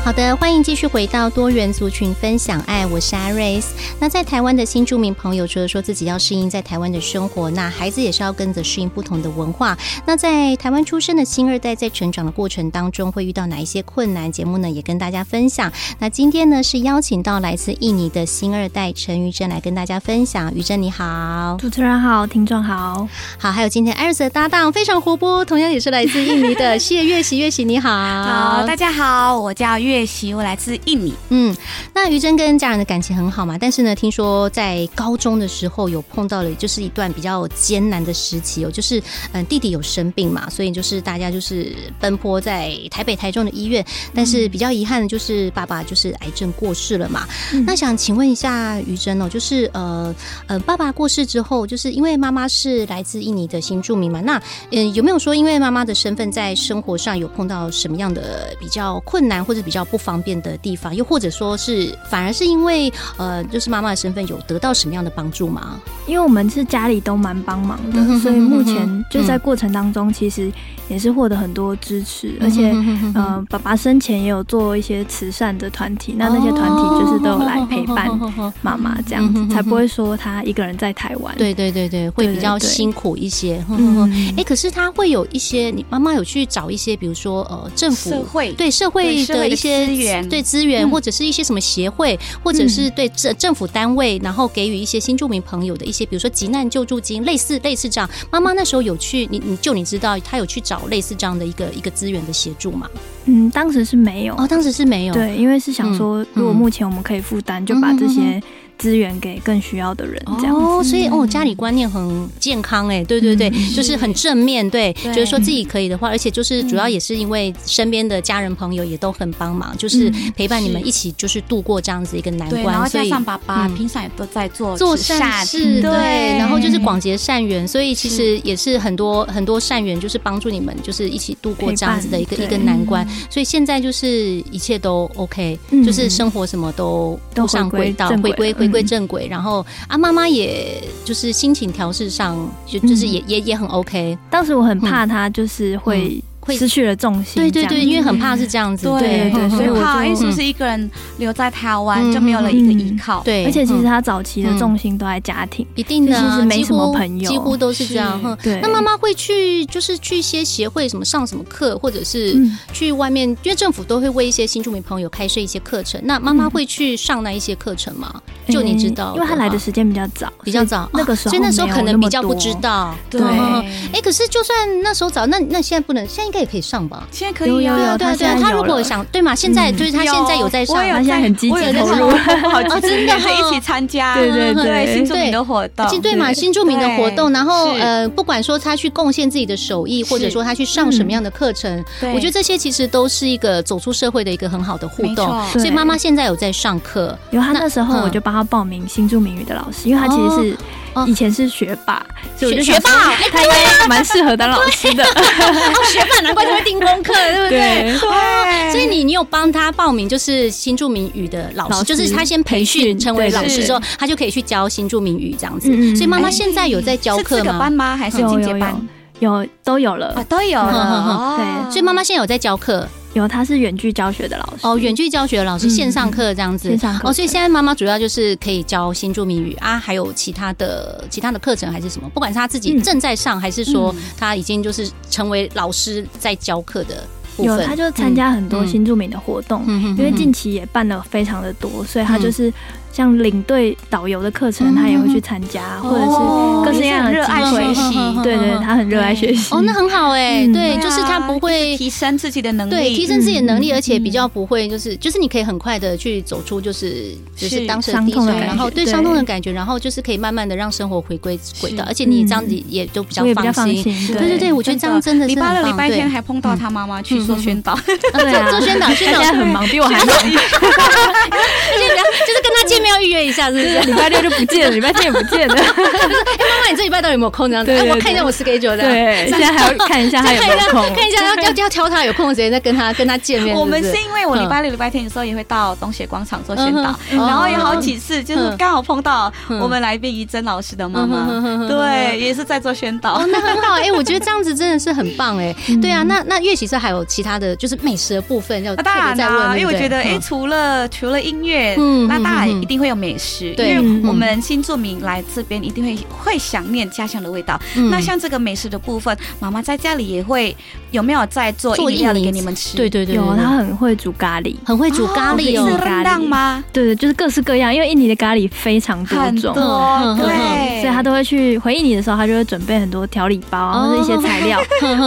B: 好的，欢迎继续回到多元族群分享爱，我是阿瑞斯。那在台湾的新住民朋友，除了说自己要适应在台湾的生活，那孩子也是要跟着适应不同的文化。那在台湾出生的新二代，在成长的过程当中会遇到哪一些困难？节目呢也跟大家分享。那今天呢是邀请到来自印尼的新二代陈于珍来跟大家分享。于珍你好，
C: 主持人好，听众好，
B: 好，还有今天艾瑞斯的搭档非常活泼，同样也是来自印尼的谢月喜，月喜你好，
D: 好，大家好，我叫月喜，我来自印尼。
B: 嗯，那于真跟家人的感情很好嘛，但是呢，听说在高中的时候有碰到了就是一段比较艰难的时期哦，就是嗯弟弟有生病嘛，所以就是大家就是奔波在台北、台中的医院，但是比较遗憾的就是爸爸就是癌症过世了嘛。那想请问一下于真哦，就是呃呃爸爸过世之后，就是因为妈妈是来自印尼的新住民嘛，那嗯，有没有说因为妈妈的身份，在生活上有碰到什么样的比较困难或者比较不方便的地方？又或者说是反而是因为呃，就是妈妈的身份有得到什么样的帮助吗？
C: 因为我们是家里都蛮帮忙
B: 嗯哼
C: 的，所以目前就
B: 嗯
C: 在过程当中，其实也是获得很多支持，而且。
B: 嗯
C: 呃，爸爸生前也有做一些慈善的团体，那那些团体就是都有来陪
B: 哦
C: 伴妈妈，这样
B: 嗯
C: 子
B: 哼
C: 才不会说她一个人在台湾。，
B: 对对对对，会比较
C: 对对对
B: 辛苦一些。
C: 嗯
B: 嗯，，哎，可是他会有一些，你妈妈有去找一些，比如说呃，政府
D: 社会
B: 对社
D: 对
B: 会
D: 社会
B: 的
D: 的
B: 一些
D: 资源嗯
B: 对资源
C: 嗯
B: 或者是一些什么协会，或者是对政政府单位，然后给予一些新住民朋友的一些，比如说急难救助金，类似类似这样。妈妈那时候有去，你你就你知道，她有去找类似这样的一个一个资源的协助嘛？哦
C: 嗯，当时是没有
B: 哦，，当时是没有，
C: 对，因为是想说，如果目前我们可以负担，就把这些资源给更需要的人，这样
B: 哦，所以哦，
D: 嗯
B: 家里观念很健康哎，对对对，就是很正面对，
D: 对嗯
B: 就是说自己可以的话，而且就是主要也是因为身边的家人朋友也都很帮忙，就是陪伴你们
D: 嗯是
B: 一起就是度过这样子一个难
D: 对，然后
B: 关，所
D: 加
B: 以
D: 上爸爸
B: 嗯
D: 平常也都在
C: 哦
D: 做
B: 做
D: 慈
B: 善
C: 嗯
B: 事，对，
D: 对
B: 然后就是广结善缘，所以其实也是很多很多善缘，就是帮助你们就是一起度过这样子的一个
C: 陪
B: 一
C: 伴
B: 个难关，所以现在就是一切都 OK，、
C: 嗯
B: 就是生活什么都
C: 都
B: 步上轨道，
C: 回
B: 回归回
C: 归正轨了
B: 归
C: 嗯
B: 正轨，然后啊，妈妈也就是心情调试上就就是
C: 嗯
B: 也、也也很 OK，
C: 当时我很怕他就是会
B: 嗯会
C: 失去了重心，
B: 对对
C: 这样嗯
B: 对，因为很怕是这样子，
C: 对
D: 对
C: 对
D: 所
C: 所以
D: 以
C: 我
D: 我
C: 就
D: 怕，因为是不
B: 嗯
D: 是一个人留在台湾
B: 嗯
D: 就没有了一个依靠？
B: 对，
C: 而且其实
B: 嗯
C: 他早期的
B: 嗯
C: 重心都在家庭，
B: 一定的、啊，
C: 就是没什么
B: 几乎
C: 朋友
B: 几乎都是这样。
D: 是
B: 哼
C: 对
B: 嗯那妈妈会去，就是去一些协会什么上什么课，或者是
C: 嗯
B: 去外面，因为政府都会为一些新住民朋友开设一些课程。那妈妈会去上那一些课程吗？就你知道
C: 嗯因为他
B: 的
C: 来的
B: 话
C: 时间比较早，
B: 比较早，啊哦
C: 那个时候
B: 所以那时候可
C: 没有
B: 能
C: 那
B: 比
C: 么
B: 较不
C: 多
B: 知道。
D: 对
B: 嗯哎，可是就算那时候早，那那现在不能，现在应该也可以上吧？
D: 现在可以
C: 有
B: 对
C: 有
B: 啊，
D: 啊，
B: 对啊，对
C: 哦他现在
B: 啊。他如
C: 有
B: 果
C: 了
B: 想，对嘛？现在
C: 嗯
B: 就是他现在有在上
D: 我，有
C: 他现在很积极
D: 我有在
C: 投
D: 上
C: 入
D: 我好积极
B: 真的
D: 跟着一起参加，
C: 对对
B: 嗯
D: 对，
C: 对
D: 新。住民的活动，
B: 对嘛，新住民的活动，
D: 对
B: 然后
D: 是
B: 呃，不管说他去贡献自己的手艺，或者
D: 是
B: 说他去上什么样的课程，
D: 对
B: 我觉得这些其实都是一个走出社会的一个很好的互
D: 没
B: 动。
D: 错
B: 所以
C: 对
B: 妈妈现在有在上课，
C: 有他那时候
B: 嗯
C: 我就帮他报名新住民语的老师，因为他其实是
B: 哦哦
C: 以前是学霸，所以我就
B: 学
C: 想说
B: 学霸哎
C: 他应该蛮适合当老师
B: [laughs]
C: 的。
B: 哦，学霸难怪他会订功课，对不对？
C: 对
B: 哇所以你你有帮他报名，就是新住民语的老师，
C: 老师
B: 就是他先培
C: 培
B: 训
C: 训
B: 成为
C: 对
B: 老师
C: 是
B: 之后，他就可以去教新住民语这样子。
C: 嗯嗯
B: 所以妈妈
D: 哎
B: 现在有在教
D: 是
B: 课
D: 自个班
B: 吗？
D: 吗？还是
C: 有
D: 进阶
C: 有
D: 班
C: 有？有都有了
D: 啊，，都有哦
B: 嗯嗯嗯
D: 了，
C: 对
B: 所以妈妈现在有在教课
C: 有他是远距教学的老师
B: 哦，远距教学老师
C: 嗯
B: 线上课这样子
C: 线。上课
B: 哦，所以现在妈妈主要就是可以教新住民语啊，还有其他的其他的课程还是什么？不管是她自己
C: 嗯
B: 正在上，还是说
D: 嗯
B: 她已经就是成为老师在教课的部
C: 有
B: 分。
C: 他就参加很多新住民的活动，
B: 嗯，嗯
C: 因为近
B: 嗯
C: 期也办了非常的多，所以他
B: 嗯
C: 就是像领队导游的课程，
B: 嗯哦
C: 他也会去参加，或者是各式各样的
D: 热爱
C: 机会
D: 学习，
C: 对对，
B: 嗯
C: 他很热爱学习
B: 哦，。那很好哎、
C: 嗯
B: 对，
D: 对啊
B: 就是她不会
D: 提升自己的能力，
B: 对，提升自己的能力，
C: 嗯
B: 而且比较不会，就是就是你可以很快的去走出，就是只是
D: 是
B: 当时
C: 伤
B: 低潮，
C: 痛的感觉
B: 然后对
C: 对
B: 伤痛的感觉，然后就是可以慢慢的让生活回归轨道，
D: 是
B: 而且你
C: 嗯
B: 这样子也都比较
C: 我也比较
B: 放
C: 放
B: 心。
C: 心，对
B: 对对对，我觉得这样真的嗯
D: 礼
B: 是
D: 拜
B: 很
D: 六、
B: 棒。
D: 礼拜天
B: 对，
D: 还碰到他妈妈去做宣导，
B: 嗯
C: 对啊，
B: 做
C: [laughs]
B: 宣导宣导
C: 他现在很忙，比我还忙，
B: [laughs] 就是就是跟他见面要预约一
D: [laughs]
B: 下，是不 [laughs] 是？
C: 礼拜六就不见了，礼拜天也不
B: [laughs]
C: 见了。
B: 妈妈，你这礼拜到底有没有空？这样子，
C: 对
B: 哎，
C: 对
B: 我看一下
C: 对
B: 我 schedule 这样。
C: [laughs] 对，现在还要看一下他
B: [laughs]
C: 有没有空。
B: 看一下，要要要挑他有空的时间再跟他跟他见面。
D: [laughs] 我们
B: 是不
D: 是
B: 是
D: 因为我礼拜六、礼拜天的时候也会到东雪广场做宣
B: 嗯
D: 导，
B: 哼
D: 然后
B: 哦
D: 有好几次就是刚好碰到
B: 嗯
D: 我们来宾怡珍老师的妈
B: 嗯哼哼哼
D: 妈，
B: 哼哼
D: 对，也是在做宣导
B: 哦，。那很好哎、我觉得这样子真的是很棒哎、
C: 嗯
B: 对啊，那那乐器社还有其他的就是美食的部分要特
D: [laughs] 那当
B: 别
D: 然
B: 再
D: 啦、
B: 问，
D: 因为我
B: 对
D: 觉
B: 不
D: 得，
B: 对
D: 哎、
B: 嗯
D: 除了除了音乐，
B: 嗯
D: 那当然
B: 嗯嗯
D: 一定会有美食，
B: 对
D: 因为我
B: 嗯
D: 们新住民来这边一定会会想念家乡的味道。
B: 嗯
D: 那像这个美食的部分，妈妈在家里也会有没有在做
B: 做
D: 印尼料理
B: 印尼
D: 给你们吃？
B: 嗯对对对，
C: 有，
B: 对对
C: 他很会煮咖喱。
B: 很会煮咖喱
D: 是
B: 哦。
D: 热浪吗？
C: 对对，就是各式各样，因为印尼的咖喱非常多
D: 很
C: 种
D: 多，，
B: 嗯嗯嗯
D: 哦对，
C: 所以他都会去回印尼的时候，他就会准备很多调理包啊
B: 哦
C: 或者一些材料，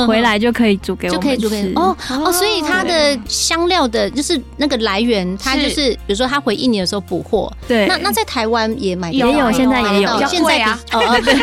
C: 回来就可以煮给我
B: 就
C: 们
B: 可以煮给
C: 吃
B: 哦哦，所以它的香料的就是那个来源，它就是是比如说他回印尼的时候捕获，
C: 对，
B: 那那在台湾也买得
D: 有
B: 到
D: 有
B: 吗
D: 现在
B: 买
D: 也
B: 得
D: 有
B: 到
D: 比较
B: 现在
D: 贵
B: 比
D: 啊
B: 哦哦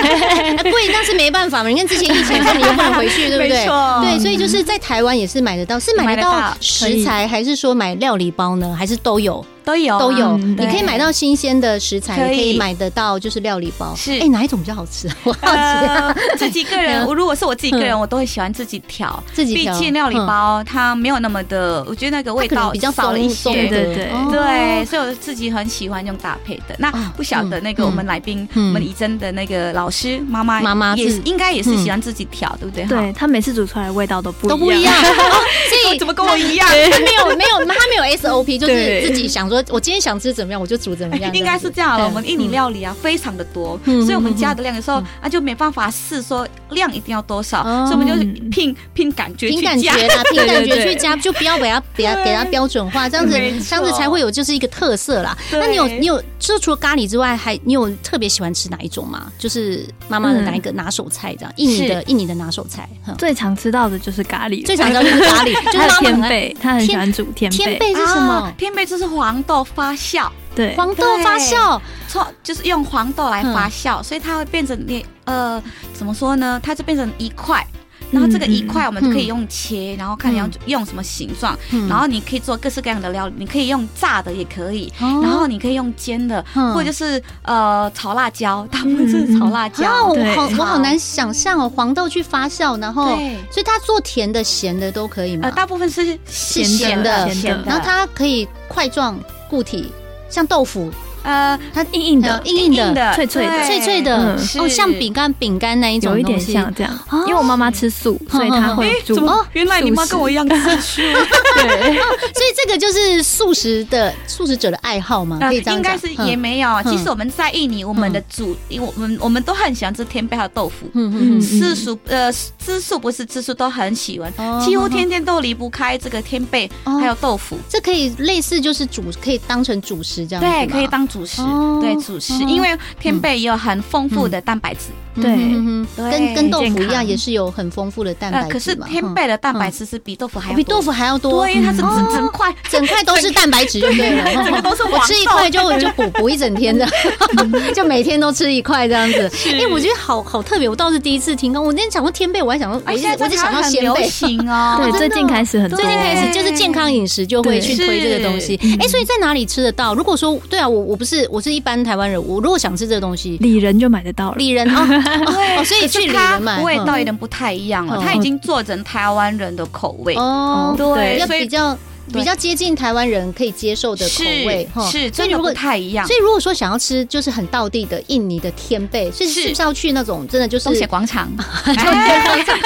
B: 对 [laughs] 贵，但是没办法嘛，你看之前疫情，你又不能回去，对不对
D: [laughs] 没？错
B: 对，所以就是在台湾也是买得到，是买
D: 买
B: 得
D: 得
B: 到
D: 到
B: 食材，还是说买料理包呢？还是都有？
D: 都有啊
B: 都有，
C: 嗯
B: 你可以
D: 对
B: 买到新鲜的食材，
D: 可
B: 也
D: 以
B: 可以买得到就是料理包。
D: 是
B: 哎、哪一种比较好吃？ [laughs] 我好
D: [laughs]
B: 奇、
D: 呃，自
B: [laughs]
D: 己个人，
B: 嗯
D: 我如果是我自己个
B: 嗯
D: 人，我都会喜欢自己调。
B: 自己
D: 毕
B: 调
D: 竟料理
B: 嗯
D: 包它没有那么的，我觉得那个味
B: 它可
D: 道
B: 能比较
D: 少了一
B: 松
D: 些。
B: 松的
C: 对对对
B: 哦
D: 对，所以我自己很喜欢用搭配的。那
B: 啊
D: 不晓得
B: 嗯
D: 那个我们来宾，
B: 嗯
D: 我们怡珍的那个老师妈妈，
B: 妈妈
D: 也
B: 是嗯
D: 是应该也是喜欢自己调，对不对？哈，
C: 对他每次煮出来的味道都不
B: 都不一样，
D: [laughs]
B: 哦所以
D: 怎么跟我一样？
B: 它没有没有它没有
D: [laughs]
B: SOP，就是
C: 对
B: 自己想说，我今天想吃怎么样，我就煮怎么样。
D: 应该是这样
B: 对
D: 了。我们印尼料理啊，非常的多，
B: 嗯
D: 所以我们加的量的时候啊，就没办法试说量一定要多少，
B: 哦
D: 所以我们就拼拼感觉
B: 凭
D: 去
B: 感觉
D: 加。
B: 啦，凭感
C: 对对
B: 觉去
C: 对
B: 加，就不要给它给
D: [laughs]
B: 它给它标准化，这样子
D: 没
B: 这样子
D: 错
B: 才会有就是一个特色啦。
D: 对
B: 那你有你有，就除了咖喱之外，还你有特别喜欢吃哪一种吗？就是妈
D: 嗯
B: 妈的哪一个拿手菜这样？印尼的印尼的拿手菜，哼
C: 最常吃到的就是咖喱了，
B: 最常
C: [laughs]
B: 见就是咖喱，就是
C: 还有
B: 妈妈
C: 天
B: 很爱
C: 贝，他很喜欢煮天
B: 天
C: 贝。
B: 贝
D: 啊
B: 是什么？
D: 啊？天贝就是黄豆发酵，
C: 对，
B: 黄豆发酵，
D: 错，就是用黄豆来发
B: 嗯
D: 酵，所以它会变成那呃，怎么说呢？它就变成一块。然后这个
B: 嗯
D: 一块我们可以用切，然后看你要用什么形状，
B: 嗯
D: 然后你可以做各式各样的料理，你可以用炸的也可以，
B: 哦
D: 然后你可以用煎的，
B: 嗯
D: 或者就是呃炒辣椒，他们是炒辣
B: 啊，
D: 椒
B: 我，
C: 对
B: 好我
D: 好
B: 好难想象哦，黄豆去发酵，然后
D: 对
B: 所以它做甜的、咸的都可以吗
D: 呃？大部分是是
B: 咸的
D: 咸的，
B: 然后它可以块状固体，像豆腐，
D: 呃
B: 它
C: 硬硬
B: 呃
C: 的，
B: 硬硬的、
D: 的
C: 脆脆的
D: 对
B: 脆脆的，
C: 嗯
B: 哦，
D: 是
B: 像饼干、饼干那一种
C: 有一点
B: 东西 [laughs]
C: 像这样
B: 哦。嗯
C: 因为我妈妈吃素，所以她会煮
D: 怎。么原来你妈
C: 素食
D: 跟我一样吃素，
C: 对，
B: 哦所以这个就是素食的素食者的爱好嘛，
D: 呃
B: [laughs] 可以这样
D: 应该
B: 讲。
D: 是
B: 嗯
D: 也没有。啊其实
B: 嗯
D: 我们在印尼，我们的主，我们我们都很喜欢吃天贝和豆腐。
B: 嗯
C: 嗯
D: 吃素呃，吃素不是吃素都很喜欢，
B: 哦
D: 几乎天天都离不开这个天贝
B: 哦
D: 还有豆腐。
B: 这可以类似就是主可以当成主食这样子吗
D: 对，可以当主食，
B: 哦
D: 对主食，
B: 哦
D: 因为天贝也有很丰富的蛋白质。
C: 对
B: 嗯哼哼
D: 对
B: 跟跟豆腐一
C: 健
B: 样
C: 康
B: 也是有很丰富的蛋白质
D: 呃可是
B: 嘛
D: 天
B: 嗯哦
D: 贝的蛋白质是比豆腐还要
B: 比
D: 多
B: 豆腐还要多嗯哦
D: 多，，因为它是整整块，
B: 整块都是蛋白质，对不对 [laughs] 了？
D: 整个都是
B: 我
D: 黄
B: 吃一
D: 豆
B: 块就我就补补一整天的，
D: [laughs]
B: 就每天都吃一块这样子。
E: 哎、我觉得好好特别，我倒是第一次听到。我那天讲到天贝，我还想到，我
D: 而
B: 一直
D: 且
B: 我一直想到
D: 很
B: 鲜
D: 流
B: 贝。
D: 行
B: [laughs]
D: 哦。
C: 对，
B: 真的
C: 最近开始很多
B: 最近开始就是健康饮食就会去推这个东西。哎、所以在哪里吃得到？如果说对啊，我我不是我是一般台湾人，我如果想吃这个东西，
C: 里仁就买得到了。
B: 里仁啊、哦
D: [laughs]
B: 哦，所以
D: 可
B: 去
D: 是
B: 里
D: 它
B: 仁买
D: 味道
B: 嗯
D: 有点不太一样了，
B: 嗯
D: 它已经做成台湾人的口味。
B: 哦，
D: 对
B: 要
D: 所以
B: 比较
D: 对
B: 比较接近台湾人可以接受的口
D: 是
B: 味哈。
D: 是，
B: 所
D: 真
B: 以
D: 的
B: 如
D: 不
B: 果
D: 太一样
B: 所。以如果说想要吃就是很道地的印尼的天贝，所以
D: 是
B: 是不是要去那种真的就是
D: 东协
B: [laughs]
D: 广场，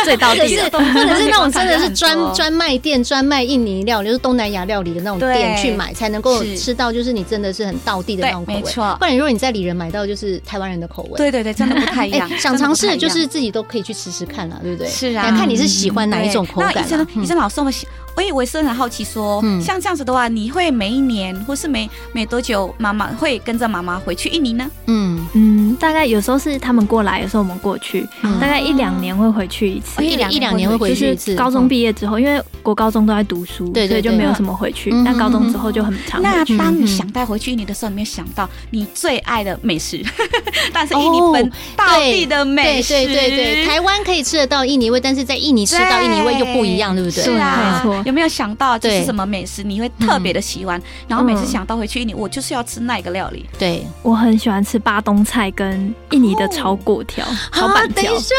D: 最
B: 或
D: 到 [laughs]
B: 者是或者是那种真的是专
D: 专
B: 专卖店、专卖印尼料理，就是东南亚料理的那种
D: 嗯对
B: 店去买，才能够
D: 是
B: 吃到就是你真的是很道地的那种口
D: 对
B: 味。
D: 没错
B: 不然如果你在里仁买到就是台湾人的口味，
D: 对对对，真的不太一
B: 哎，
D: 样。
B: 想尝试
D: 真的
B: 就
D: 不太一
B: 是
D: 样
B: 自己都可以去吃吃看啦，对不对？
D: 是啊
B: 来看你是喜欢哪一种口
D: 对那
B: 感
D: 医生
B: 啦。
D: 医
B: 嗯
D: 生老师，我想，我以为是很好奇说，
B: 嗯
D: 像这样子的话，你会每一年或是每每多久，妈妈会跟着妈妈回去印尼呢？
B: 嗯，
C: 嗯，大概有时候是他们过来，有时候我们过去，
B: 嗯
C: 大概一两年会回去一次
D: 哦。
B: 一两一两年会回
C: 就
B: 去一
C: 是
B: 次，嗯
C: 高中毕业之后，因为国高中都在读书，
B: 对对
C: 所以就
B: 对
C: 没有什么回去
B: 嗯。
C: 但高中之后就很常
D: 那
C: 回去。
D: 当
B: 嗯
D: 你想带回去印尼的时候，你没有想到你最爱的美食， [laughs] 但是印尼
B: 哦
D: 本道地的
B: 对
D: 美食，
B: 对对对，台湾可以吃得到印尼味，但是在印尼吃到印尼味就不一样，对不对？
D: 是啊，
C: 对没错
D: 有没有想到就
B: 对嗯
D: 是什么美食你会特别的喜欢？然后每次想到回去印尼，我就是要吃那个料理。
B: 对，
C: 我很喜欢吃巴东菜跟印尼的炒粿条、炒
B: 啊
C: 板
B: 等一
C: 条。
B: 下，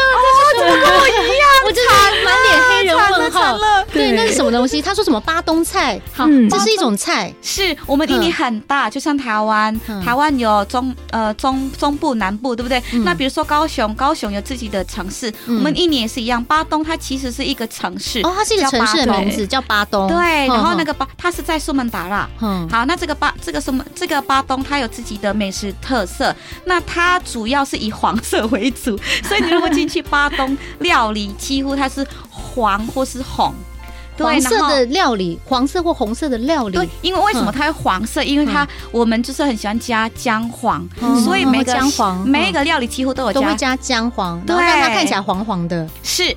B: 这就是跟我一样，我真的满脸黑人问号。对，
C: 对
B: 那是什么东西？他说什么巴东菜？好
C: 嗯
B: 这是一种菜。
D: 是我们印尼
B: 嗯
D: 很大，就像台湾
B: 嗯，
D: 台湾有中呃中中部、南部，对不对？
B: 嗯
D: 那比如说高雄，高雄有自己的城市，
B: 嗯
D: 我们印尼也是一样。巴东它其实是一个城市，
B: 哦，它是一个城市的
C: 叫巴
B: 名字，叫巴东。
D: 对，然后那
B: 个，
D: 个巴它是在苏门答腊。
B: 嗯，
D: 好，那这个巴这个什么这个巴东，它有自己的美食特色。那它主要是以黄色为
B: [laughs]
D: 主，所以你如果进去巴东料理，几乎它是黄或是红。对
B: 黄色
D: 然后
B: 的料理，黄色或红色的料理
D: 对，，因为为什么
B: 嗯
D: 它会黄色？因为它我们就是很喜欢加姜黄，
B: 嗯
D: 所以每个
B: 姜黄
D: 每一个料理几乎都有
B: 都会
D: 加。
B: 加姜黄，然后
D: 对
B: 让它看起来黄黄的。
D: 是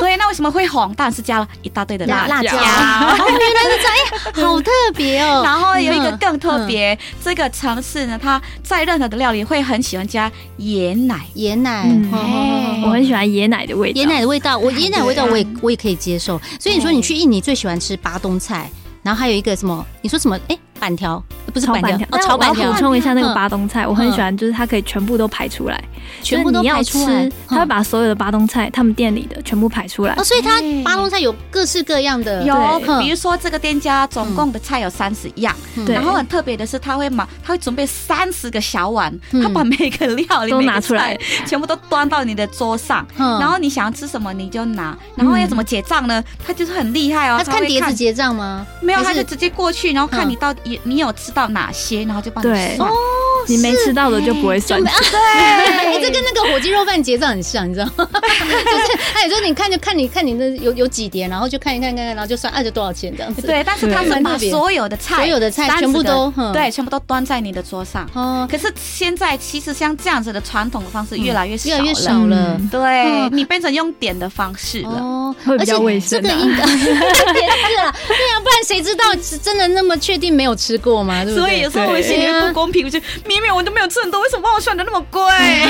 D: 对。那为什么会红？当然是加了一大堆的
B: 辣
D: 辣
B: 辣椒 [laughs]
D: 椒
B: 哦，原来是这样，哎，好特别哦。
D: 然后有一个
B: 嗯
D: 更特别，这个城市呢，它在任何的料理会很喜欢加椰奶。
B: 椰奶，
C: 嗯
B: 哦
C: 我很喜欢椰奶的味道。
B: 椰奶的味道，我椰奶的味道
D: 对
B: 我也我也可以接受。所以你说你去印尼最喜欢吃巴东菜，然后还有一个什么？你说什么？哎，板条不是
C: 炒
B: 板
C: 板
B: 条
C: 条，
B: 哦，炒板
C: 但我要
B: 条
C: 补充一下那
B: 嗯
C: 个巴东菜，我很喜欢，就是它可以全部都排出来，
B: 全部都排出
C: 就是你
B: 来嗯
C: 要吃，它会把所有的巴东菜他们店里的全部排出来
B: 哦，。所以它巴东菜有各式各样的，
D: 有，
B: 哼
D: 比如说这个店家总共的菜有三十样，
B: 嗯
C: 对
D: 然后很特别的是，他会买，他会准备三十个小碗，
B: 嗯
D: 他把每个料理
C: 都
D: 每个
C: 拿出来
D: 菜全部都端到你的桌上，
B: 嗯
D: 然后你想要吃什么你就拿，然后要怎么结账呢？他就是很厉害哦，
B: 它是看
D: 会
B: 碟子结账吗？
D: 没有，
B: 还
D: 他
B: 是
D: 就直接过去，然后看
B: 嗯
D: 你到底你有吃到哪些，然后就帮
C: 对
D: 你
B: 哦
D: 算。
C: 你没吃到的就不会算。
B: 哎，这跟那个火鸡肉饭结账很像，你知道吗？就是他有时候你看就看你看你那有有几碟，然后就看一看看看，然后就算按着多少钱这样子。
D: 对，但是他们
B: 对
D: 把所有的菜，
B: 所有的菜
D: 30
B: 全部都
D: 个
B: 嗯
D: 对，全部都端在你的桌上。
B: 哦，
D: 可是现在其实像这样子的传统的方式越来越
B: 嗯
D: 少
B: 越
D: 了，
B: 来越少了。
C: 嗯
D: 对
B: 嗯
D: 你变成用点的方式了。
B: 哦，哦，
C: 会比较卫
B: 而且这
C: 生
B: 个
C: 啊
B: 应该 [laughs] 也是啦，对啊，不然谁知道是真的那么确定没有吃过嘛？对不对？
D: 所以有时候我心里
B: 对
D: 面
B: 啊
D: 不公平，我就明明我都没有吃很多，为什么把我算的那么贵？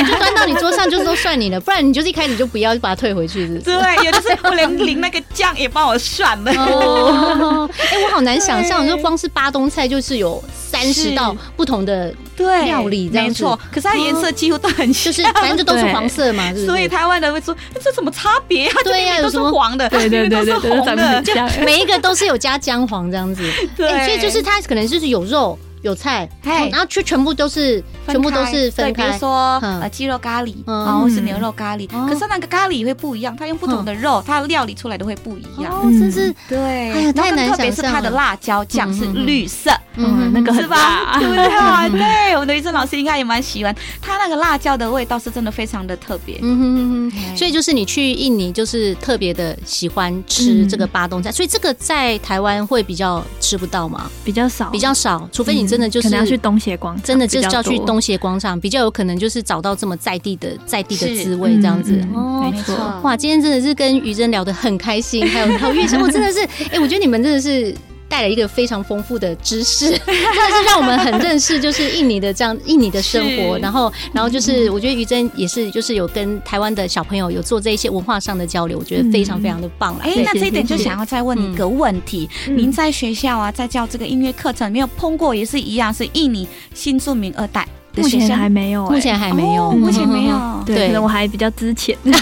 B: 就端到你桌上就是都算你的，不然你就是一开始就不要就把它退回去，是不是？
D: 对，有的是我连淋那个酱也帮我算了。
B: [laughs] 哦，哎、我好难想象，就光是巴东菜就是有三十
D: 是
B: 道不同的，
D: 对，
B: 料理这样
D: 没
B: 子哦
D: 错，可是它颜色几乎都很
B: 就
D: 像，
B: 是反正就都是黄色嘛，是不
D: [laughs] 所以
B: 是？
D: 台湾人会说这什么差别啊？
B: 对呀
D: 这明明都是
B: 有什么
D: 黄的，
C: [laughs] 对
D: [laughs]
C: 对
D: 明
C: 对
D: 明
C: 对
D: 都是
C: 对，
D: 红
C: 咱们
D: 的
C: 很，像。
B: 每一个都是有加姜黄这样 [laughs] 子，哎、所以就是它可能就是有肉有菜，
D: 哎
B: 然后却全部都是
D: 分
B: 全部都
D: 开
B: 是分
D: 对比
B: 开
D: 如，说
B: 嗯
D: 呃鸡肉咖喱，
B: 嗯
D: 然后是牛肉咖喱，
B: 哦
D: 可是那个咖喱会不一样，它用不同的肉，它料理出来的会不一样。
B: 哦，真是，
D: 对，
B: 哎呀太
D: 然后
B: 难
D: 特别是
B: 想象
D: 它的
B: 了嗯
D: 辣椒酱是绿色，
C: 嗯，那个
D: 是
C: 很
D: 吧？
C: 辣
D: 对不对
B: [laughs]
D: 啊？对，我们的医生老师应该也蛮喜欢，它那个辣椒的味道是真的非常的特别。
B: 嗯哼哼哼，
D: 哎
B: 所以就是你去印尼就是特别的喜欢
C: 嗯
B: 吃这个巴东菜，所以这个在台湾会比较吃不到嘛，
C: [laughs] 比较少，
B: 比较少，除非你真的就是、
C: 哦嗯可能要去东协广场，
B: 真的就是
C: 比较
B: 要去
C: 多
B: 东协广场，比较有可能就是找到这么在地的在地的
D: 是
B: 滋味这样子。
C: 嗯嗯
B: 哦
C: 没错，
B: 哇，今天真的是跟于真聊得很开心，还有还有月生，我真的是，
C: [laughs]
B: 哎、我觉得你们真的是。带来一个非常丰富的知识，
C: [laughs]
B: 真的是让我们很认识，就是印尼的这样印尼的生活。
D: 是
B: 然后，然后就是
C: 嗯
B: 我觉得于真也是，就是有跟台湾的小朋友有做这一些文化上的交流，我觉得非常非常的棒啦。
D: 哎，
B: 对
D: 那这一点就
B: 谢谢
D: 想要再问你一个问题：
C: 嗯
D: 您在学校啊，在教这个音乐课程，有没有碰过也是一样是印尼新住民二代的
C: 目
D: 学
C: 前还
D: 生？
C: 没有、欸，
B: 目前还没有，
D: 哦目前没
B: 嗯。
D: 有。
C: 对，
B: 对
C: 可能我还比较之
B: [laughs]
C: 前，
B: 没
C: [laughs]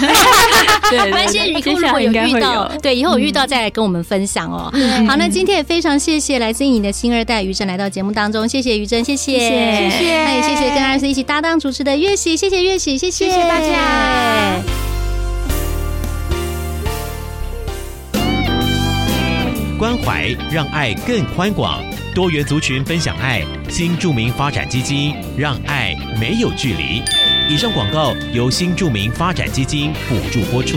C: 对
B: 关系，
C: 对
B: 以后
C: 接
B: 如
C: 下
B: 果
C: 来应
B: 有
C: 该
B: 遇
C: 会
B: 到
C: 有，。嗯
B: 对，以后有遇到再来跟我们分享哦。
D: 嗯
B: 好，那今天也非常谢谢来自印尼的新二代于真来到节目当中，谢谢于真，谢谢，
C: 谢
D: 谢
B: 那也谢谢跟二四一起搭档主持的月喜，谢谢月喜，谢谢
D: 谢谢大家。
A: 关怀让爱更宽广，多元族群分享爱，新著名发展基金让爱没有距离。以上广告由新著名发展基金补助播出。